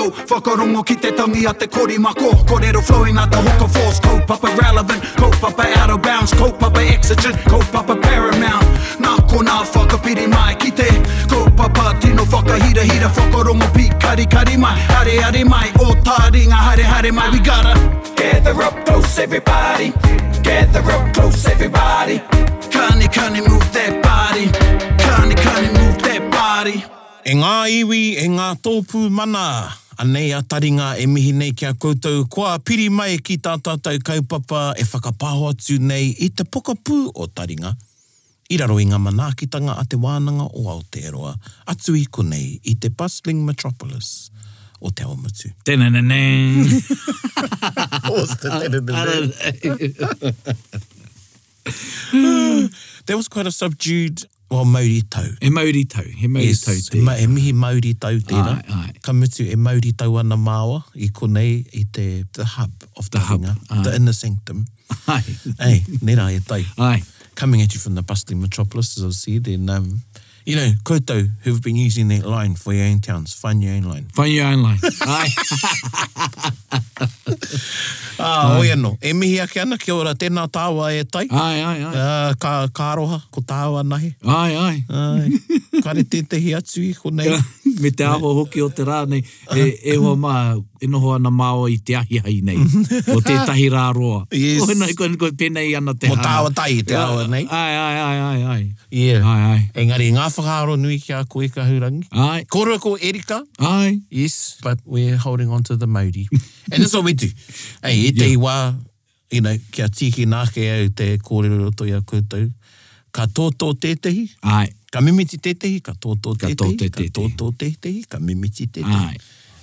Whakarongo ki te tangi a te korimako Korero flowing at the hooker force Kaupapa relevant, kaupapa out of bounds Kaupapa exigent, kaupapa paramount Nā ko nā whakapiri mai ki te Kaupapa tino whakahira hira Whakarongo pi kari kari mai Hare hare mai, o tā ringa hare hare mai We gotta Gather up close, everybody. Gather up close, everybody. Kani kani move that body Kani kani move that body E ngā iwi, e ngā tōpū mana. Anei a taringa e mihi nei kia koutou kua piri mai ki tā tātou kaupapa e whakapāho atu nei i te pokapū o taringa. I raro i ngā manaakitanga a te wānanga o Aotearoa, atu i konei i te bustling metropolis o te Aomatu. Tenenene. There was quite a subdued, well, Maori tau. e mauri tau, he mauri yes, tau te. ma, e mihi mauri tau tēnā. Ai, ai. Ka mutu e mauri tau ana māua i konei i te the hub of the hub, taringa, ai. the inner sanctum. Ai, Ei, nera e tai. ai. Coming at you from the bustling metropolis, as I said, and, um, you know, koutou, who've been using that line for your own towns, find your own line. Find your own line. Ai, Ah, oi anō, e mihi ake ana, kia ora, tēnā tāua e tai. ai, ai, ai. Ah, ka, ka aroha, ko tāua nahi. Ai, ai. Ai, kare tētehi atu i, ko nei. me te aho hoki o te rā nei, e, e hoa mā, e noho ana māo i te ahi hai nei, o tētahi rā roa. Yes. O hena i koe, koe penei ana te Mo hana. tāua tai i te aroa nei. Ai, ai, ai, ai, ai. Yeah. Ai, ai. Engari, ngā whakaaro nui ki a koe ka hurangi. Ai, Kōrua ko Erika. ai. Yes, but we're holding on to the Māori. and that's what we do. Hey, e te yeah. iwa, you know, kia tiki nāke au te kōrero roto i a koutou. Ka tōtō tētehi, Ai, ka mimiti tētehi, ka tōtō Ka tētehi, tō te ka tētahi. tōtō tētehi, ka mimiti tētehi. ai,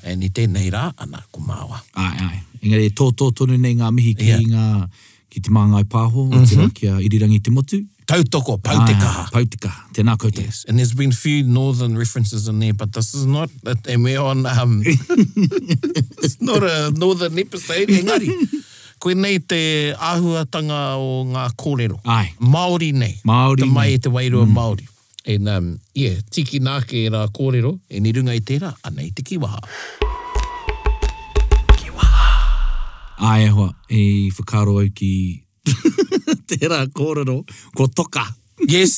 And i tēnei rā, ana ko māua. ai, ai. Engari, e tōtō tonu nei ngā mihi ki Yeah. Mhm. ngā, ki te māngai pāho, mm -hmm. tira kia irirangi te motu. Tautoko, pau te Ai, ai, kaha. Pau te kaha, tēnā koutou. Yes, and there's been few northern references in there, but this is not. And we're on. Um, it's not a northern episode. Engari, koe nei te āhuatanga o ngā kōrero. Ai. Māori nei. Ah. Māori Te nei. mai e te wairua mm. Māori. And um, yeah, tiki nāke e rā kōrero, e ni runga i tērā, anei te kiwaha. Ai, e hoa, e whakaro au ki tērā kōrero, ko toka. Yes.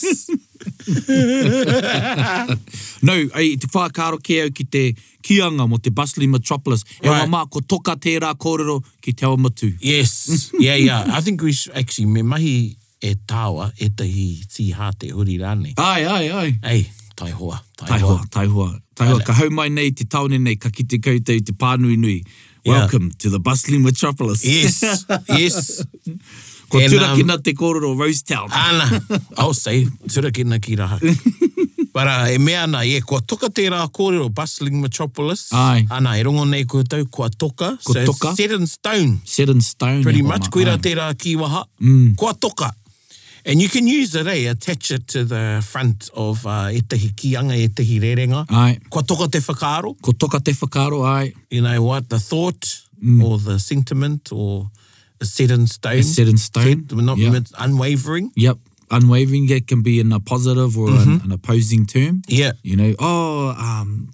No, ai, te whakaro ke au ki te kianga mo te bustling metropolis. E right. Right. mā, ko toka tērā kōrero ki te aumatu. Yes, yeah, yeah. I think we should, actually, me mahi e tāwa e tahi tihā te huri rāne. Ai, ai, ai. Ei, tai hoa, tai, Tai hoa, tai hoa. Tai hoa, ka hau mai nei te taone nei, ka kite koutou te pānui nui. Welcome yeah. to the bustling metropolis. Yes, yes. Ko And, um, Ah. turakina te kōrero Rosetown. Ana, I'll say, turakina ki raha. Para e mea ana, e, kua toka tērā kōrero bustling metropolis. Ai. Ana, e rongo nei kua tau, kua toka. Kua so toka. it's set in stone, Set in stone. pretty e hoa much. mā. Koe rā Ai. tērā kiwaha. Mm. Kua toka. And you can use it, eh? Attach it to the front of uh, e tehi kianga, e tehi rerenga. Ai. Kua toka te whakaaro. Ko toka te whakaro, ai. You know what? The thought mm. or the sentiment or is set in stone. It's set in stone. Set, not Yeah. unwavering. Yep. Unwavering, it can be in a positive or Mm-hmm. an, an opposing term. Yeah. You know, oh, um,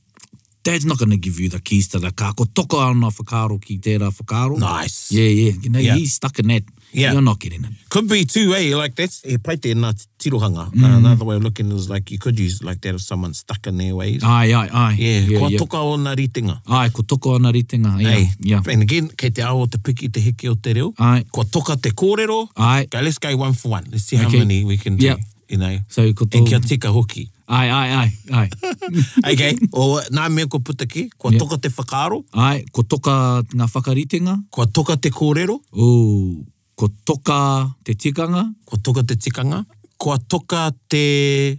dad's not going to give you the keys to the car. Ko toka ana whakaro ki tērā whakaro. Nice. Yeah, yeah. You know, Yeah. he's stuck in that. Yeah. You're not getting it. Could be too, eh? Like that's e pai te nā tirohanga. Mm. Another way of looking is like you could use like that if someone's stuck in their ways. Ai, ai, ai. yeah, kua toka o nā ritinga. Ai, ko toko ana ritenga. Yeah, Hey, yeah. And again, kei te ao te piki te heke o te reo. Ai. Kua toka te kōrero. Ai. Okay, let's go one for one. Let's see how Okay. many we can do. Yep. You know. So, ko And kia tō... tika hoki. Ai, ai, ai, ai. okay, o nā mea ko putaki, kua Yeah. toka te whakaaro, Ai, ko toka ngā whakaritenga. kua toka te kōrero, O, ko toka te tikanga. kua toka te tikanga, kua toka te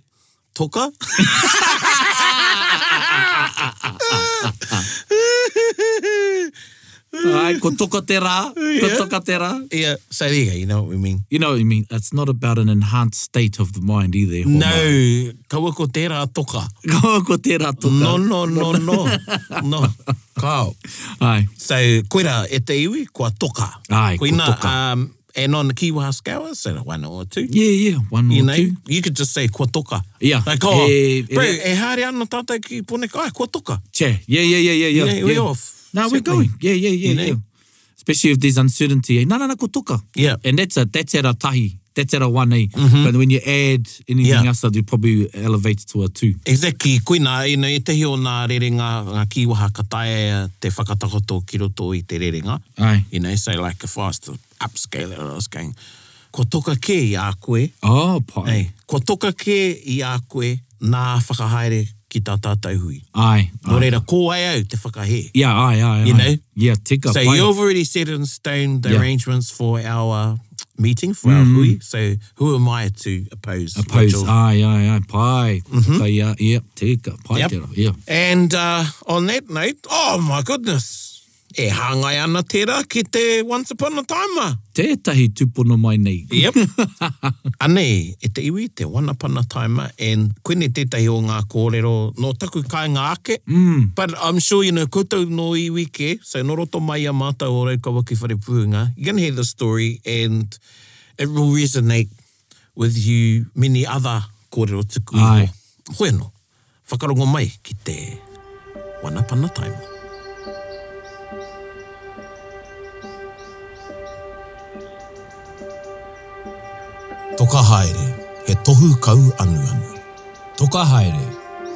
toka. Ai, ko toka te rā. Ko toka te rā. yeah, so there you go, you know what we mean. You know what I mean? It's not about an enhanced state of the mind either. Homer. No, kaua ko tērā toka. Kaua ko tērā toka. No, no, no, no. No. Kao. Ai, So, koera, e te iwi, kua toka. Ai, kua Koina, toka. Um, and on the Kiwaha scale, so one or two. yeah, yeah. One You or know, two. you could just say kua toka. Yeah. Like, oh, E- e- bro, e haere ana tātou ki pone, ai, kua toka. Che, yeah, yeah, yeah, yeah. Yeah, yeah, we yeah. off. No, we're Certainly. going. Yeah, yeah, yeah, You know. yeah. Especially if there's uncertainty. eh? Nā nā nā ko toka. Yeah. Mm-hmm. And that's a, that's at a tahi. That's at a one, eh? But when you add anything Yeah. else, you probably elevate to a two. Exactly, koina, e nei e tehi o ngā rerenga, ngā kiwaha ka tae te whakatakoto ki roto i te rerenga. Ai. You know, so like if I was to upscale it, I was going, ko toka ke i a koe, Oh, pai. ei, ko toka ke i a koe, nā whakahaere ki tā tātou hui. Ai. ai. Nō reira, ko ai au te whakahe. Yeah, ai, ai, ai. You know? Yeah, tika, So pai. you've already set in stone the Yeah. Mm-hmm. arrangements for our meeting, for our hui. So who am I to oppose? Pose. Rachel? Ai, ai, ai, pai. Mm-hmm. yeah, yeah, tika, pai Yep. yep. tera. Yeah. And uh, on that note, oh my goodness, e hāngai ana tērā ki te Once Upon a ah. Timer. Tētahi tūpono mai nei. Yep. Anei, e te iwi, te One Upon a Timer, and koene tētahi o ngā kōrero, no taku kai ngā ake, mm. but I'm sure, you know, koutou no iwi ke, so no roto mai a mātou o rau ka waki wharepuhunga, you're going to hear the story, and it will resonate with you many other kōrero tuku. Ai. Hoi anō, whakarongo mai ki te One Upon a Timer. Toka haere, he tohu kau anu anu. Toka Haere,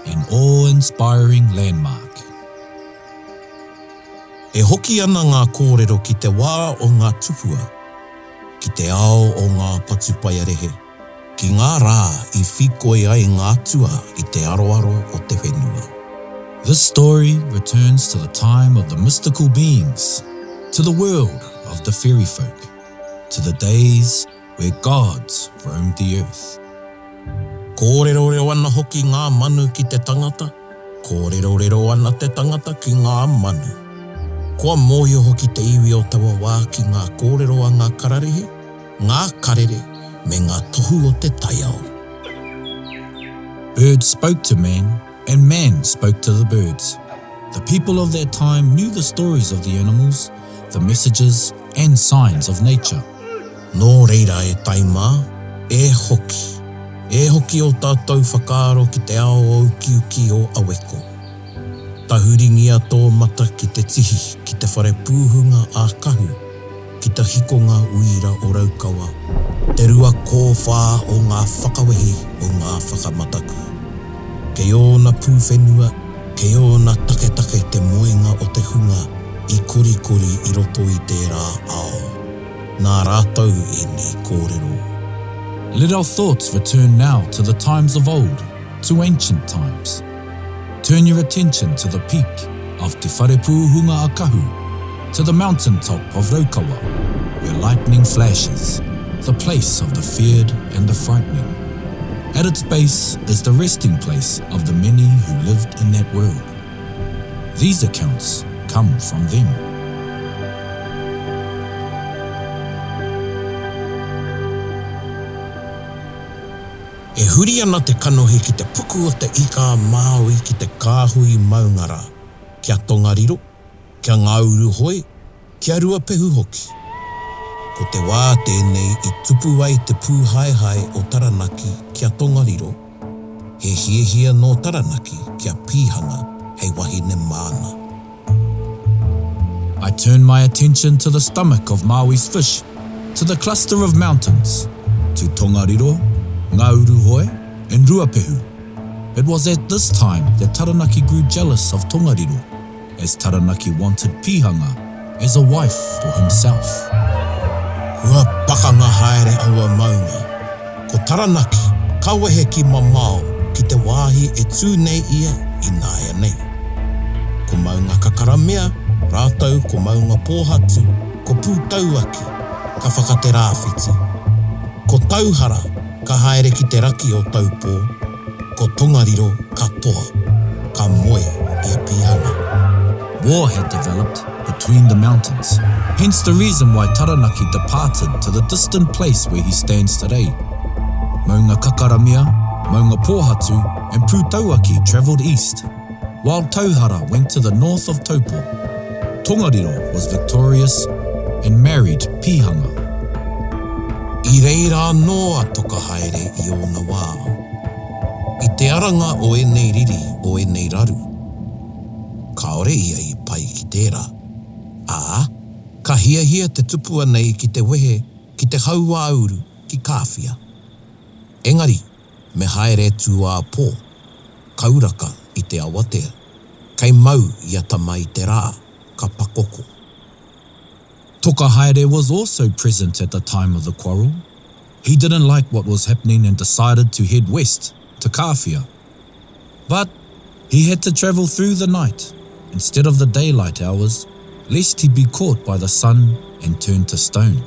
an awe-inspiring landmark. E hoki ana ngā kōrero ki te wā o ngā tupua, ki te ao o ngā patupaiarehe, ki ngā rā i whikoe ai ngā tua i te aroaro o te whenua. This story returns to the time of the mystical beings, to the world of the fairy folk, to the days where gods roamed the earth. Kōrero reo ana hoki ngā manu ki te tangata, kōrero reo ana te tangata ki ngā manu. Kua mōhio hoki te iwi o tawa wā ki ngā kōrero a ngā kararehe, ngā karere me ngā tohu o te taiao. Birds spoke to man, and man spoke to the birds. The people of their time knew the stories of the animals, the messages, and signs of nature. Nō reira e taimā, e hoki. E hoki o tātou whakaaro ki te ao au kiuki o aweko. Tahuringia tō mata ki te tihi, ki te whare pūhunga a kahu, ki te hikonga uira o raukawa, te rua kōwhā o ngā whakawehi o ngā whakamataku. Kei ōna pūwhenua, kei ōna taketake te moenga o te hunga, i kori kori i roto i tērā ao. Nā rātou e nei kōrero. Let our thoughts return now to the times of old, to ancient times. Turn your attention to the peak of Te Wharepuhunga Akahu, to the mountaintop of Raukawa, where lightning flashes, the place of the feared and the frightening. At its base is the resting place of the many who lived in that world. These accounts come from them. E huri ana te kanohi ki te puku o te ika Māui ki te kāhui maungara. Kia tongariro, kia ngā uru hoi, kia rua pehu hoki. Ko te wā tēnei i tupu ai te pūhaihai o taranaki kia tongariro. He hiehia no taranaki kia pīhanga hei wahine māna. I turn my attention to the stomach of Maui's fish, to the cluster of mountains, to Tongariro, Ngauruhoi, and Ruapehu. It was at this time that Taranaki grew jealous of Tongariro, as Taranaki wanted Pihanga as a wife for himself. Kua pakanga haere aua maunga. Ko taranaki, kawehe ki mamao ki te wāhi e tū nei ia i nāia nei. Ko maunga kakaramea, rātau ko maunga pōhatu, ko pūtau aki, ka whakate rāwhiti. Ko tauhara, ka haere ki te raki o taupō, ko tongariro ka toa, ka moe ia pihanga. War had developed between the mountains, hence the reason why Taranaki departed to the distant place where he stands today. Maunga Kakaramia, Maunga Pohatu, and Putauaki travelled east, while Tauhara went to the north of Taupo. Tongariro was victorious and married Pihanga. I reira noa toka haere i ōna wā. I te aranga o e nei riri o e nei raru. Kaore ia i pai ki tērā. Ā, ka hiahia te tupua nei ki te wehe, ki te haua auru, ki kāwhia. Engari, me haere tū a pō, kauraka i te awatea, kei mau i ata mai te rā, ka pakoko. Toka Haere was also present at the time of the quarrel. He didn't like what was happening and decided to head west to Kafia. But he had to travel through the night instead of the daylight hours, lest he be caught by the sun and turned to stone.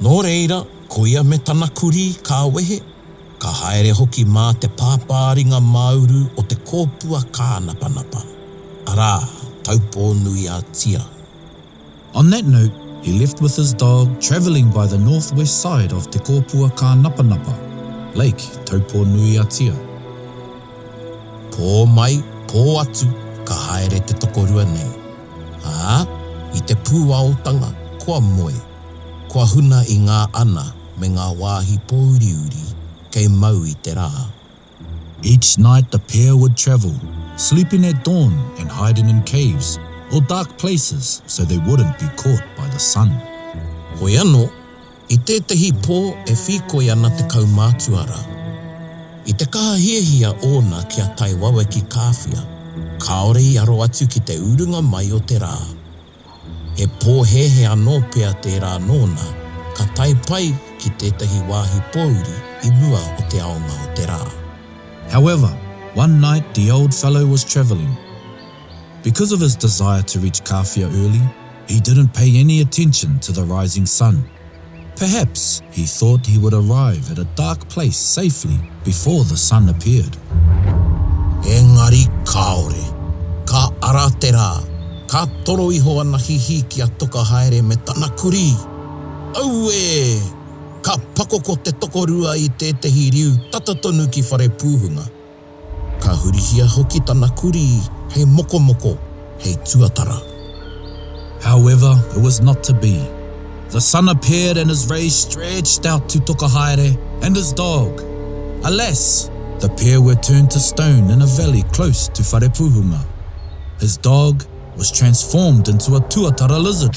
Nō reira, ko ia me tana kuri ka wehe, ka haere hoki mā te pāpāringa mauru o te kōpua kānapanapa. Arā, taupō nui a tia. On that note, he left with his dog, travelling by the northwest side of Te Kōpua ka Napanapa, Lake Taupo Nui Atia. Pō mai, pō atu, ka haere te tokorua nei. Ā, i te pūaotanga, kua moe, kua huna i ngā ana me ngā wāhi pōuriuri kei mau i te rā. Each night the pair would travel, sleeping at dawn and hiding in caves or dark places so they wouldn't be caught by the sun. Hoi anō, i tētahi pō e whikoi ana te kaumātuara. I te kahahiahia ōna kia tai wawe ki kāwhia, kaore i aro atu ki te urunga mai o te rā. He pōhehe anō pea tērā nōna, ka taipai ki tētahi wāhi pōuri i mua o te aonga o te rā. However, one night the old fellow was travelling. Because of his desire to reach Kafia early, he didn't pay any attention to the rising sun. Perhaps he thought he would arrive at a dark place safely before the sun appeared. Engari kaore, ka ara te rā, ka toro iho ana hihi ki a toka haere me tana kuri. Au e, ka pakoko te tokorua i tētahi riu tatatonu ki whare pūhunga. Ka hurihia hoki tana kuri, hei mokomoko, hei tuatara. However, it was not to be. The sun appeared and his rays stretched out to Tokahaere and his dog. Alas, the pair were turned to stone in a valley close to Wharepuhunga. His dog was transformed into a tuatara lizard.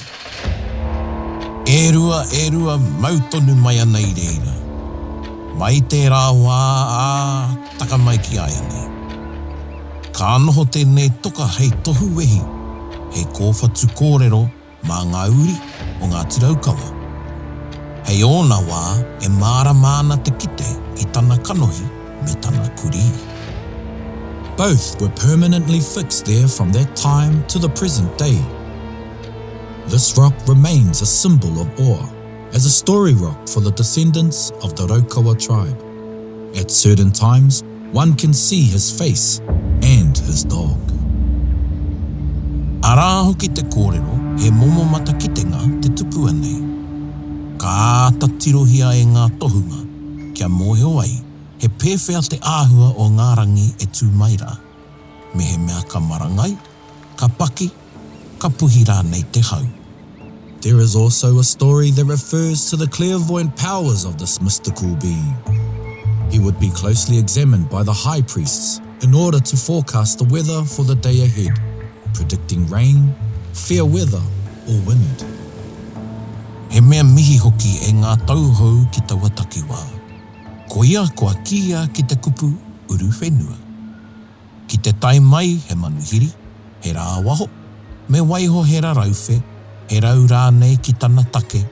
E rua, e rua, mautonu mai anei reira. Mai te rā wā ā, taka mai ki aia nei. Ka noho tēnei toka hei tohu wehi, hei kōwhatu kōrero mā ngā uri o ngā tiraukawa. Hei ōna wā e māra māna te kite i tana kanohi me tana kuri. Both were permanently fixed there from that time to the present day. This rock remains a symbol of awe as a story rock for the descendants of the Raukawa tribe. At certain times, one can see his face and his dog. Arā hoki te kōrero, he momo mata kitenga te tupua nei. Ka āta tirohia e ngā tohunga, kia mōheo ai, he pēwhea te āhua o ngā rangi e tū maira. Me he mea ka marangai, ka paki, ka puhi rānei te hau. There is also a story that refers to the clairvoyant powers of this mystical being. He would be closely examined by the high priests in order to forecast the weather for the day ahead, predicting rain, fair weather, or wind. He mea mihi hoki e ngā tauhou ki taua takiwā. Ko ia kua kia ki te kupu uru whenua. Ki te tai mai he manuhiri, he rā waho, me waiho he rā rauwhe, he rau rānei ki tana take,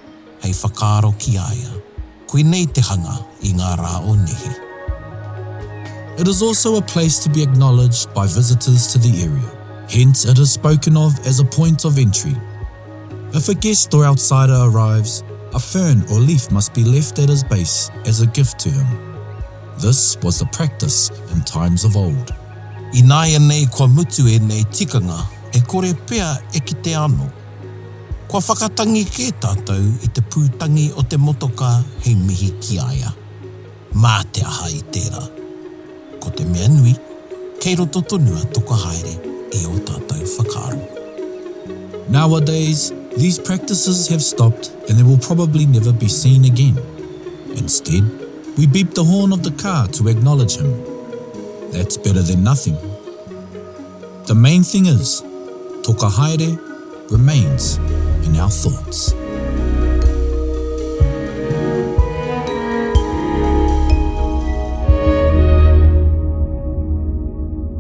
hei whakaro ki aia. Koe nei te hanga i ngā rā o nehi. It is also a place to be acknowledged by visitors to the area, hence, it is spoken of as a point of entry. If a guest or outsider arrives, a fern or leaf must be left at his base as a gift to him. This was the practice in times of old. Ināia nei kua mutu e nei tikanga, e kore pea e ki te ano. Kua whakatangi kē tātou i te pūtangi o te motoka hei mihi ki aia. Mā te aha i tērā. Ko te mea nui, kei roto tonua toka haere e o tātou whakaro. Nowadays, these practices have stopped and they will probably never be seen again. Instead, we beep the horn of the car to acknowledge him. That's better than nothing. The main thing is, toka haere remains in our thoughts.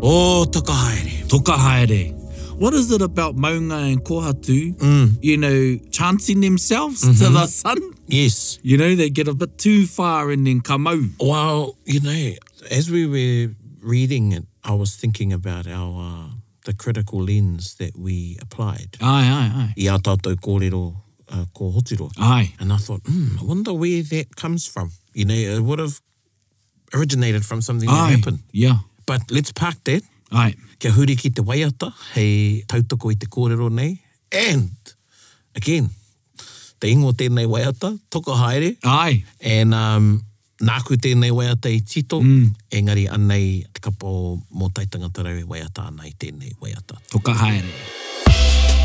O toka haere. Toka haere. What is it about Maunga and Kohatu, mm. you know, chancing themselves mm-hmm. to the sun? Yes. You know, they get a bit too far and then come out. Well, you know, as we were reading it, I was thinking about our uh, the critical lens that we applied. Aye, aye, aye. I a tātou kōrero uh, ko Hotiro. Aye. And I thought, hmm, I wonder where that comes from. You know, it would have originated from something Aye. that happened. Yeah. But let's park that. Aye. Kia huri ki te waiata, hei tautoko i te kōrero nei. And, again, te ingo tēnei waiata, toko haere, Aye. And um, nāku tēnei waiata i tito, mm. engari anei te kapa o mō tai tangata rau e waiata ana i tēnei waiata. Toka haere.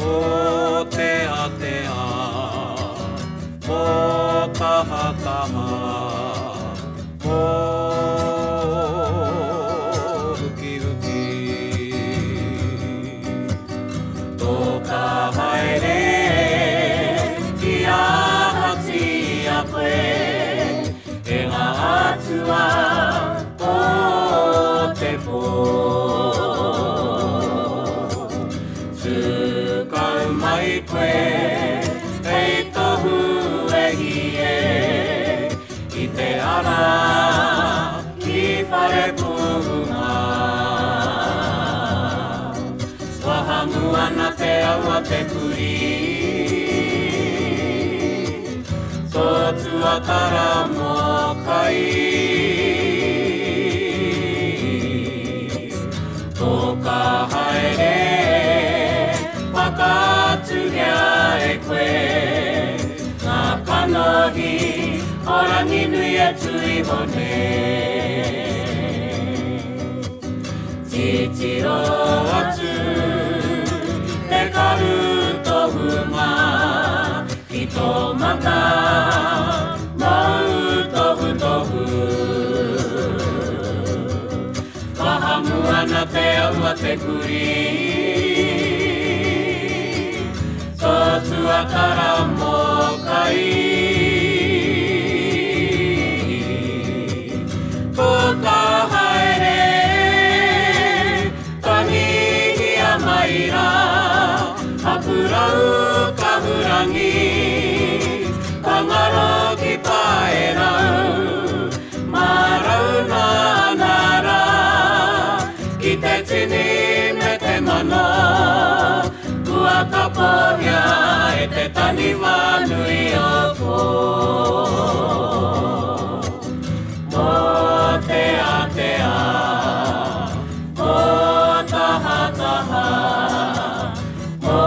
Mō te atea, mō kaha kaha, mō uki uki. Tōka haere, ki a hati a koe, e ngā atua o te pō. Tūkau mai koe, hei tohu e hie, i te ara ki whare puhunga. Wahamu ana te aua te puri, tōtu a kara mō kai. Tōka haere, whakatūhea e koe, ngā kanohi, orangi nui e tui hone. Titiro atu, te karu tohu ngā, i tō mata, mau tohu tohu. Pahamu ana te aua te kuri Tōtu a kara mō kai Ko ka haere Tangi a maira Hapurau ka hurangi Kangaro ki paerau Marau nā nara Ki te tini me te mana Kua ka pohia e te tani wānui o kō Mō te atea Mō taha taha Mō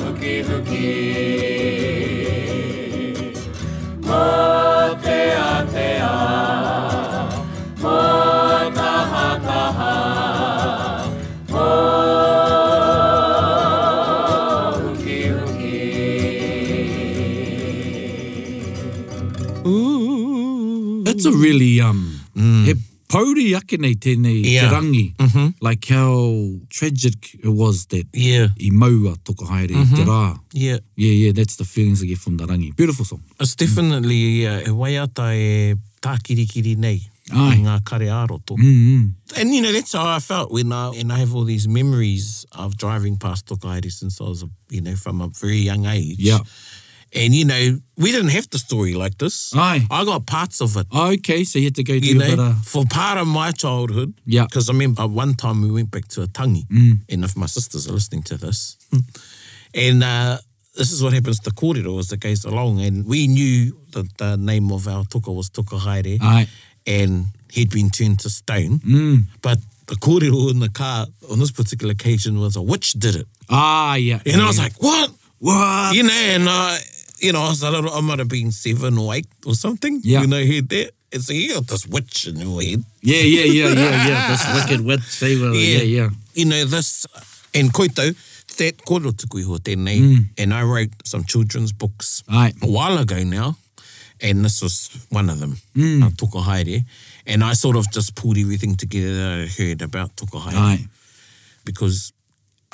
huki huki Mō te atea, mō kaha kaha, mō huki huki. It's a really, um, he pauri ake nei tēnei Mm. Yeah. te rangi. Mm-hmm. Like how tragic it was that Yeah, i maua toka haere mm-hmm. te rā. yeah. Yeah, yeah, that's the feelings I get from the rangi. Beautiful song. It's definitely uh, e waiata e tākirikiri nei. Ai. i Ngā kare aroto. Mm. Mm-hmm. And you know, that's how I felt when I, and I have all these memories of driving past Tokairi since I was, a, you know, from a very young age. Yeah. And you know, we didn't have the story like this. Aye. I got parts of it. Okay, so you had to go to you a bit know, of... for part of my childhood, Yeah. Mm. because I remember one time we went back to a tangi, and if my sisters are listening to this, and uh, this is what happens to kōrero as it goes along, and we knew that the name of our tuka was tuka haere, Aye. and he'd been turned to stone, mm. but the kōrero in the car on this particular occasion was a witch did it, Ah, yeah. Ah. and I was like, what? what? You know, and uh, you know, I was a little, I might have been seven or eight or something, Yeah. you know, heard that. And so you got this witch in your head. Yeah, yeah, yeah, yeah, yeah. This wicked witch. They were, yeah, yeah. You know, this, and koito, that kōrero tuku iho tēnei, Hmm. mm. and I wrote some children's books Right. a while ago now, and this was one of them, mm. Hmm. uh, Toko Haere. And I sort of just pulled everything together that I heard about Toko Haere. Right. Because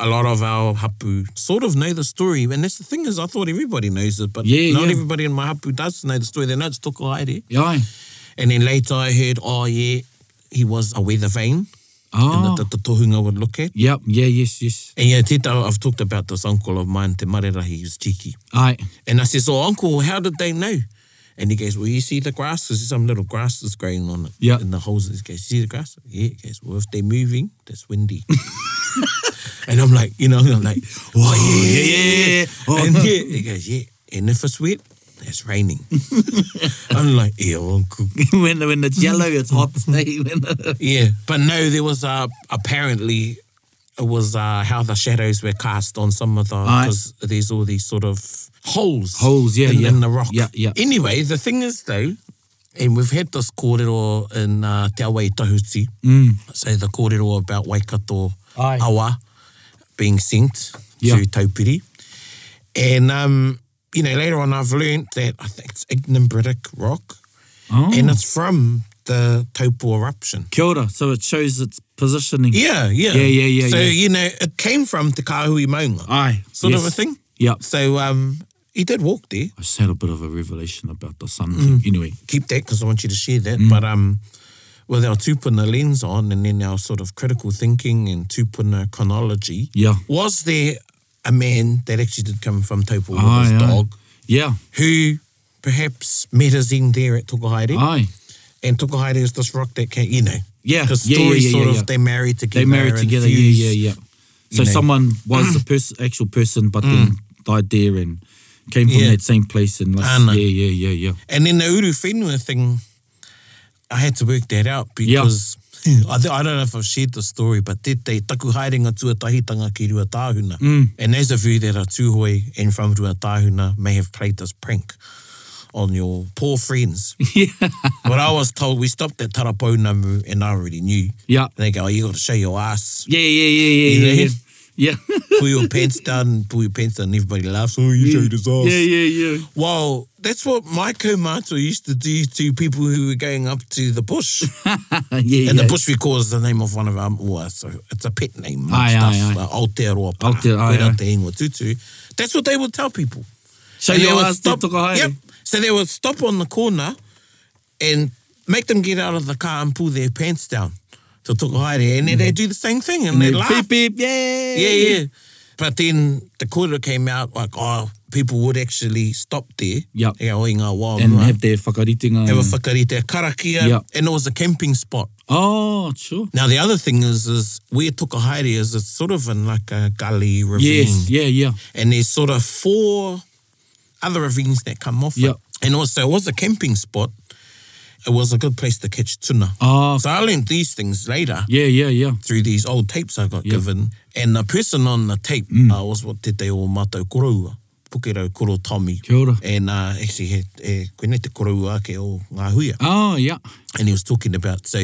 a lot of our hapu sort of know the story, and that's the thing is I thought everybody knows it, but Yeah, not yeah. everybody in my hapu does know the story. They know it's Toko Haere. Yeah, aye. And then later I heard, oh yeah, he was a weather vane, Oh. and that the tohunga would look at. Yep, yeah, yes, yes. And yeah, Tita, I've talked about this uncle of mine, Te Marerahi, he was cheeky. Aye. And I said, so uncle, how did they know? And he goes, well, you see the grass? There's some little grass that's growing on it. Yeah. And the holes, he goes, you see the grass? Yeah. He goes, well, if they're moving, that's windy. and I'm like, you know, I'm like, oh, yeah, yeah, yeah. Oh. And yeah, he goes, yeah. And if it's wet, it's raining. I'm like, yeah, uncle. when, when it's yellow, it's hot. eh? When the- Yeah, but no, there was uh, apparently it was uh, how the shadows were cast on some of the Aye. because there's all these sort of holes, Holes, yeah, in, yeah. in the rock. Yeah, yeah. Anyway, the thing is though, and we've had this kōrero in uh, Te Awa i Tahuti. Mm. So the kōrero about Waikato Aye. Awa being sent Yeah. to Taupiri. And, um, you know, later on I've learnt that I think it's ignimbritic rock oh. and it's from the Taupo eruption. Kia ora. So it shows its positioning. Yeah, yeah. Yeah, yeah, yeah, So, yeah. you know, it came from Te Kahui Maunga. Aye. Sort of yes. a thing. Yep. So, um, he did walk there. I just had a bit of a revelation about the sun Mm. thing. Anyway, Keep that because I want you to share that. Mm. But um, with our tupuna lens on and then our sort of critical thinking and tupuna chronology, Yeah. was there a man that actually did come from Taupo with Aye, his aye. dog yeah, who perhaps met his end there at Tokohaere? aye. And Tokohaere is this rock that came, you know. Ah. Yeah, Because yeah, yeah, stories yeah, sort yeah, of, yeah. they marry together. They married and together. fuse. Yeah, yeah, yeah. So you know. Mm. someone was the pers- actual person, but then died there and came from Yeah. that same place. And like, Ana. yeah, yeah, yeah, yeah. And then the Uru Whenua thing, I had to work that out because I, th- I don't know if I've shared the story, but did they taku haerenga tuatahitanga ki Ruatahuna? Mm. And those of you that are Tuhoi and from Ruatahuna may have played this prank on your poor friends. Yeah. but I was told we stopped at Tarapau Namu and I already knew. Yeah. And they go, oh, you got to show your ass. Yeah, yeah, yeah, yeah, yeah. Yeah. Pull your pants down, pull your pants down, and everybody laughs. Oh, you showed his ass. Yeah, yeah, yeah. Well, that's what my komato used to do to people who were going up to the bush. Yeah, yeah. And the bush we call is the name of one of our, well, so it's a pet name. amongst Aye, us, aye, aye. like Aotearoa Pā, Aotea- aye, Koera aye. Te Ingoa Tutu. That's what they would tell people. So And you they would asked stop, to go Yep. So they would stop on the corner and make them get out of the car and pull their pants down to Tokohaere. And then Mm-hmm. they do the same thing and, they laugh. Beep, beep, yeah. Yeah, yeah. But then the kōrero came out like, oh, people would actually stop there. Yep. They go, "Oi, ngā wā And mua." have their whakaritinga. Have a and- whakarite karakia. Yep. And it was a camping spot. Oh, sure. Now, the other thing is, is where Tokohaere is, it's sort of in like a gully ravine. Yes, yeah, yeah. And there's sort of four other ravines that come off Yep. it. And also, it was a camping spot. It was a good place to catch tuna. Oh, So I learned these things later yeah, yeah, yeah. through these old tapes I got given. And the person on the tape Mm. uh, was what Te Te O Mātou Korua, Pukero Koro Tommy. Kia ora. And uh, actually, he, eh, koine te korua ake o ngā huia. Oh, yeah. And he was talking about, so,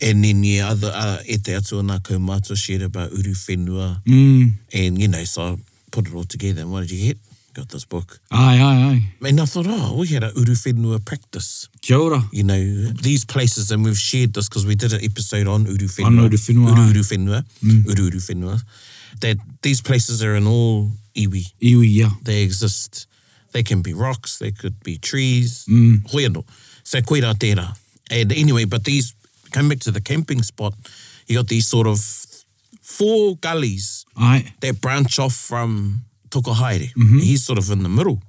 and then, yeah, other, uh, e te atu o nā kaumātua shared about uru whenua. Mm. And, you know, so I put it all together. And what did you get? Got this book. Aye, aye, aye. And I thought, oh, we had a uru whenua practice. Kia ora. you know, these places, and we've shared this because we did an episode on Uru Whenua. On Uru Whenua, Uru aye. Uru Whenua. Uru Uru Whenua. That these places are in all iwi. Iwi, yeah. They exist. They can be rocks, they could be trees. Mm. Hoiano. So koera tērā. And anyway, but these, coming back to the camping spot, you got these sort of four gullies Aye. that branch off from Tokohaere. Mm-hmm. He's sort of in the middle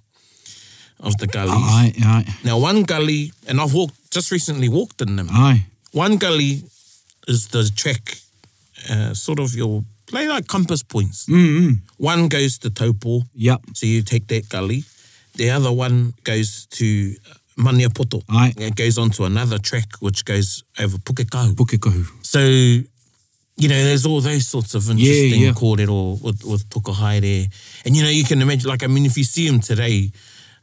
of the gullies. Aye, aye, Now, one gully, and I've walked just recently walked in them. aye. One gully is the track, uh, sort of your like, like compass points. Mm-hmm. One goes to Taupo, Yep. so you take that gully. The other one goes to uh, Maniapoto. Aye. It goes onto another track which goes over Pukekahu. Puke kahu. So, you know, there's all those sorts of interesting yeah. kōrero with, with Tokohaere. And, you know, you can imagine, like, I mean, if you see him today,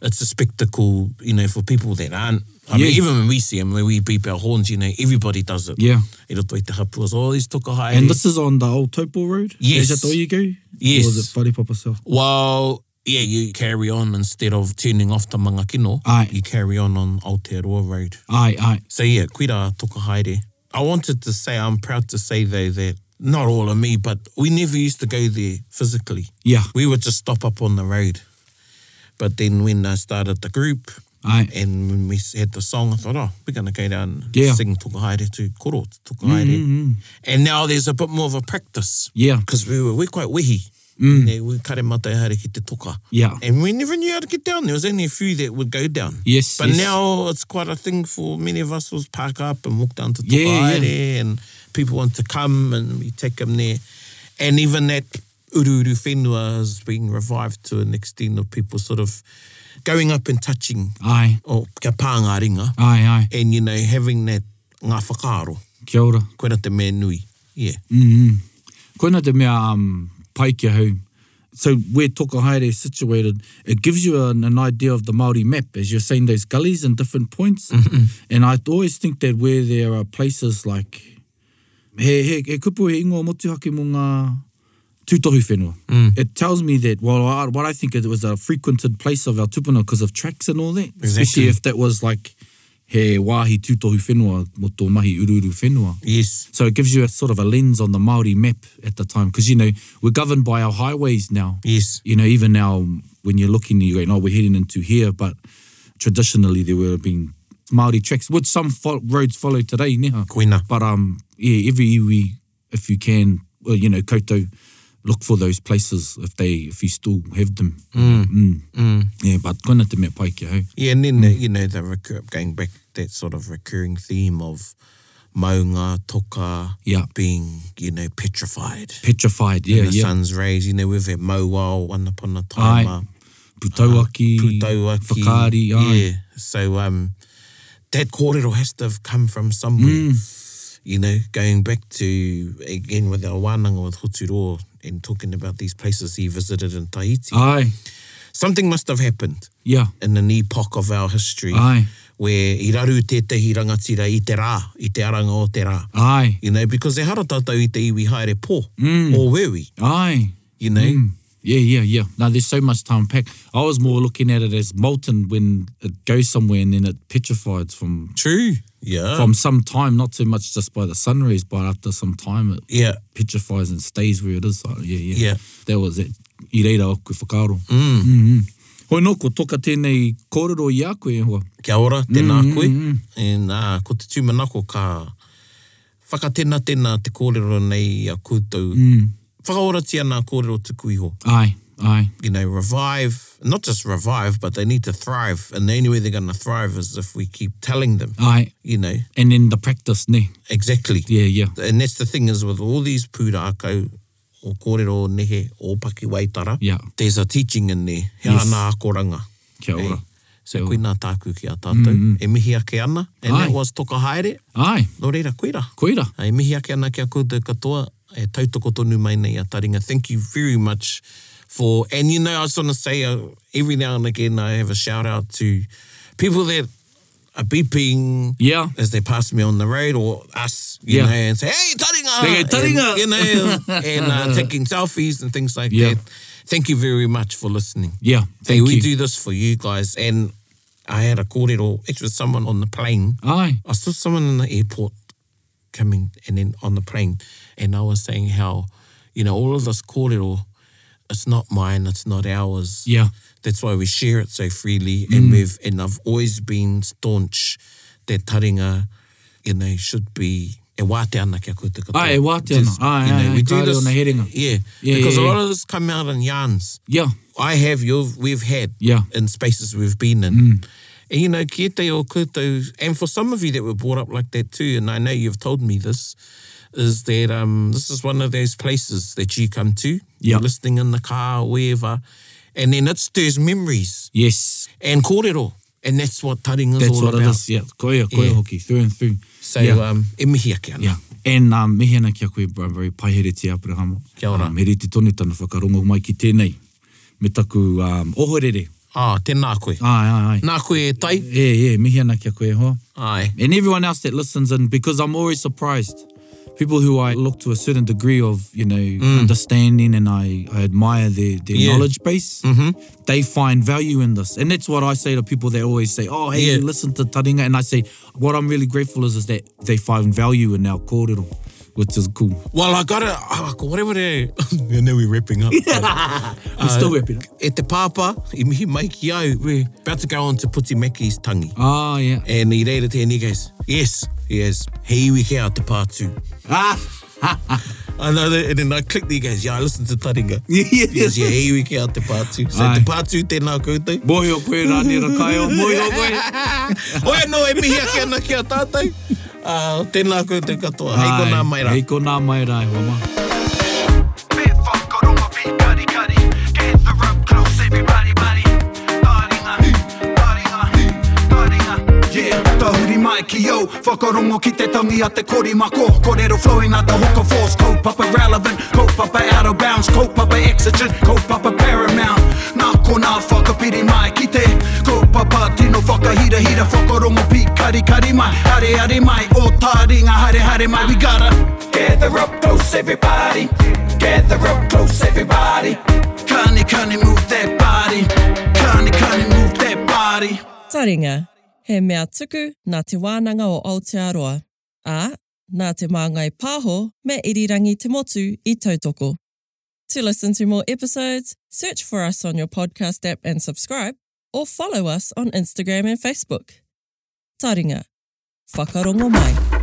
it's a spectacle, you know, for people that aren't. I mean, Yeah. even when we see them, when we beep our horns, you know, everybody does it. Yeah. E roto i te hapua, so, oh, he's took a high. And this is on the old Taupo Road? Yes. Is that the Oigo? Yes. Or is it Wharepapa South? Well, yeah, you carry on instead of turning off the Mangakino, Aye. you carry on on Aotearoa Road. Aye, aye. So yeah, kuira toka haere. I wanted to say, I'm proud to say though that not all of me, but we never used to go there physically. Yeah. We would just stop up on the road. But then when I started the group Aye. and when we had the song, I thought, oh, we're going to go down and Yeah. Mm-hmm, sing toka haere to koro, toka haere. Mm. And now there's a bit more of a practice. Yeah. Because we were, we're quite wehi. Mm. Yeah, we kare matai haere ki te toka. Yeah. And we never knew how to get down. There was only a few that would go down. Yes, But yes. now it's quite a thing for many of us was pack up and walk down to Yeah, Tokaere yeah. and people want to come and we take them there. And even that Uru Uru Whenua is being revived to an extent of people sort of going up and touching Aye. or kia pānga ringa Aye, aye. and, you know, having that ngā whakaaro. Kia ora. Koena te mea nui. Yeah. Mm. Koina te mea um, Paikia home. So where Toka Haere is situated, it gives you an, an idea of the Māori map as you're seeing those gullies and different points. And I always think that where there are places like... He, he, he kupu he ingoa motuhake mō ngā tūtohu whenua. It tells me that, well, I, what I think it was a frequented place of our tupuna because of tracks and all that. Especially if that was like he wāhi tūtohu whenua mo tō mahi uruuru whenua. Yes. So it gives you a sort of a lens on the Maori map at the time because you know we're governed by our highways now. Yes. You know, even now when you're looking, you're going, "Oh, we're heading into here," but traditionally there would have been Maori tracks, which some fo- roads follow today. Neha. Koena. But um, yeah, every iwi, if you can, well, you know, koto, look for those places if they if you still have them. Mm. Yeah, but koina te mea pai kia hau. Yeah, and then, the, you know, the recur- going back, that sort of recurring theme of maunga, toka, Yeah. being, you know, petrified. Petrified, yeah, in the yeah. sun's rays, you know, we've had mauau, one upon a time, Aye. Putauaki, putauaki. Whakaari, aye. Yeah, so um, that kōrero has to have come from somewhere. Mm. You know, going back to, again, with our wānanga with Hoturoa and talking about these places he visited in Tahiti. Aye, Something must have happened yeah. in an epoch of our history Aye. where i raru tētahi rangatira i te rā, i te aranga o te rā. Aye, You know, because e hara tātou i te iwi haere pō, mm. o wewi, aye. you know. Mm. Yeah, yeah, yeah. Now there's so much to unpack. I was more looking at it as molten when it goes somewhere and then it petrifies from True. Yeah. from some time, not so much just by the sun rays, but after some time it yeah. petrifies and stays where it is. So, yeah, yeah. Yeah. That was it. I reira o koe whakaaro. Mm. Mm -hmm. Hoi no, ko toka tēnei kōrero i a koe e hoa. Kia ora, tēnā mm, koe. Mm, mm. And, uh, ko te tūmanako ka whakatena tēnā te kōrero nei a koutou. Mm. Whakaoratia nā kōrero tuku iho. Ai, ai. You know, revive, not just revive, but they need to thrive. And the only way they're going to thrive is if we keep telling them, Ai. you know, And then the practice, ne? exactly. Yeah, yeah. And that's the thing is with all these pūrākau, o kōrero, nehe, o paki waitara, Yeah. there's a teaching in there. Hea yes. Yes. nā akoranga. Kia ora. Mm-hmm. So koe nā tāku ki a tātou. Mm. E mihi ake ana. And Ai. that was toka haere. Ai, No reira, koeira. koeira. E mihi ake ana kia koutou katoa. E tautoko tonu mai nei a taringa. Thank you very much for... And you know, I was going to say, uh, every now and again, I have a shout out to people that are beeping Yeah. as they pass me on the road or us, you Yeah. know, and say, hey, taringa! They go, "Taringa!" And, you know, and uh, taking selfies and things like Yeah. that. Thank you very much for listening. Yeah, Hey, thank we do you. this for you guys. And I had a kōrero, it was someone on the plane. Ai, I saw someone in the airport coming and then on the plane, and I was saying how, you know, all of this kōrero, it's not mine, it's not ours. Yeah. That's why we share it so freely, Mm. and we've and I've always been staunch that taringa, you know, should be e wāte ana kia koutou katoa. Ai, e wāte ana. Ai, ai, ai, kāore ona heringa. Yeah, Yeah, because yeah, a lot yeah. of this come out in yarns. yeah. I have, you've, we've had Yeah. Hmm. in spaces we've been in. And you know, kia te o koutou, and for some of you that were brought up like that too, and I know you've told me this, is that um, this is one of those places that you come to, Yeah. you're listening in the car, wherever, and then it stirs memories Yes. and kōrero. And that's what taringa is That's all what about. it is. Yeah, koia, koia Yeah. hoki, through and through. So, yeah. um, e mihi ake ana. yeah. And um, mihi ana kia koe, bro, bro, paihere te Abrahama. Kia ora. Um, he reti tonu tana whakarongo mai ki tēnei. Me taku um, ohorere. Ah, tēnā koe. Ai, ai, ai. Nā koe e tai. E, e, mihi ana kia koe hoa. Ai. And everyone else that listens in, because I'm always surprised. People who I look to a certain degree of, you know, understanding and I, I admire their, their Mm. Yeah. knowledge base, mm-hmm. they find value in this. And that's what I say to people that always say, oh, hey, Yeah. listen to Taringa. And I say, what I'm really grateful is, is that they find value in our kōrero, which is cool. Well, I gotta, ah, ko whatever e. And then we're wrapping up. We're still wrapping up. e te pāpā, i mihi mai ki au, we're about to go on to Putimeki's tangi. Oh, yeah. And i reira tēnei guys, yes, he is. He iwi ke out te pātū. Ah! And, I, and then I clicked there, he goes, yeah, I listened to Taringa. Yeah, yeah. Because yeah, he iwi ke out te pātū. So Ai. te pātū tēnā koutou. Mohi o koe rā nera kai o, mohi o koe. Oe no, e mihi ake ana ki a tātou. Uh, tēnā koutou katoa. Hei ko nā mai rā. Hei ko nā mai rā, hoa maha. Bit fuck, got all my feet cuddy cuddy. Get the rope close, everybody, buddy. Taringa, taringa, taringa. Yeah, tahuri mai ki au Whakarongo ki te tangi a te kori mako Korero flowing a te hoka force Kaupapa relevant, kaupapa out of bounds Kaupapa exigent, kaupapa paramount Nā kona whakapiri mai ki te Kaupapa tino whakahira hira Whakarongo pi kari kari mai Hare hare mai, o taringa hare hare mai We gotta Gather up close, everybody. Gather up close, everybody. Kani kani move that body. Kani kani move that body. Taringa, he mea tuku nā te wānanga o Aotearoa, a nā te māngai pāho me irirangi te motu i tautoko. To listen to more episodes, search for us on your podcast app and subscribe, or follow us on Instagram and Facebook. Taringa, whakarongo mai.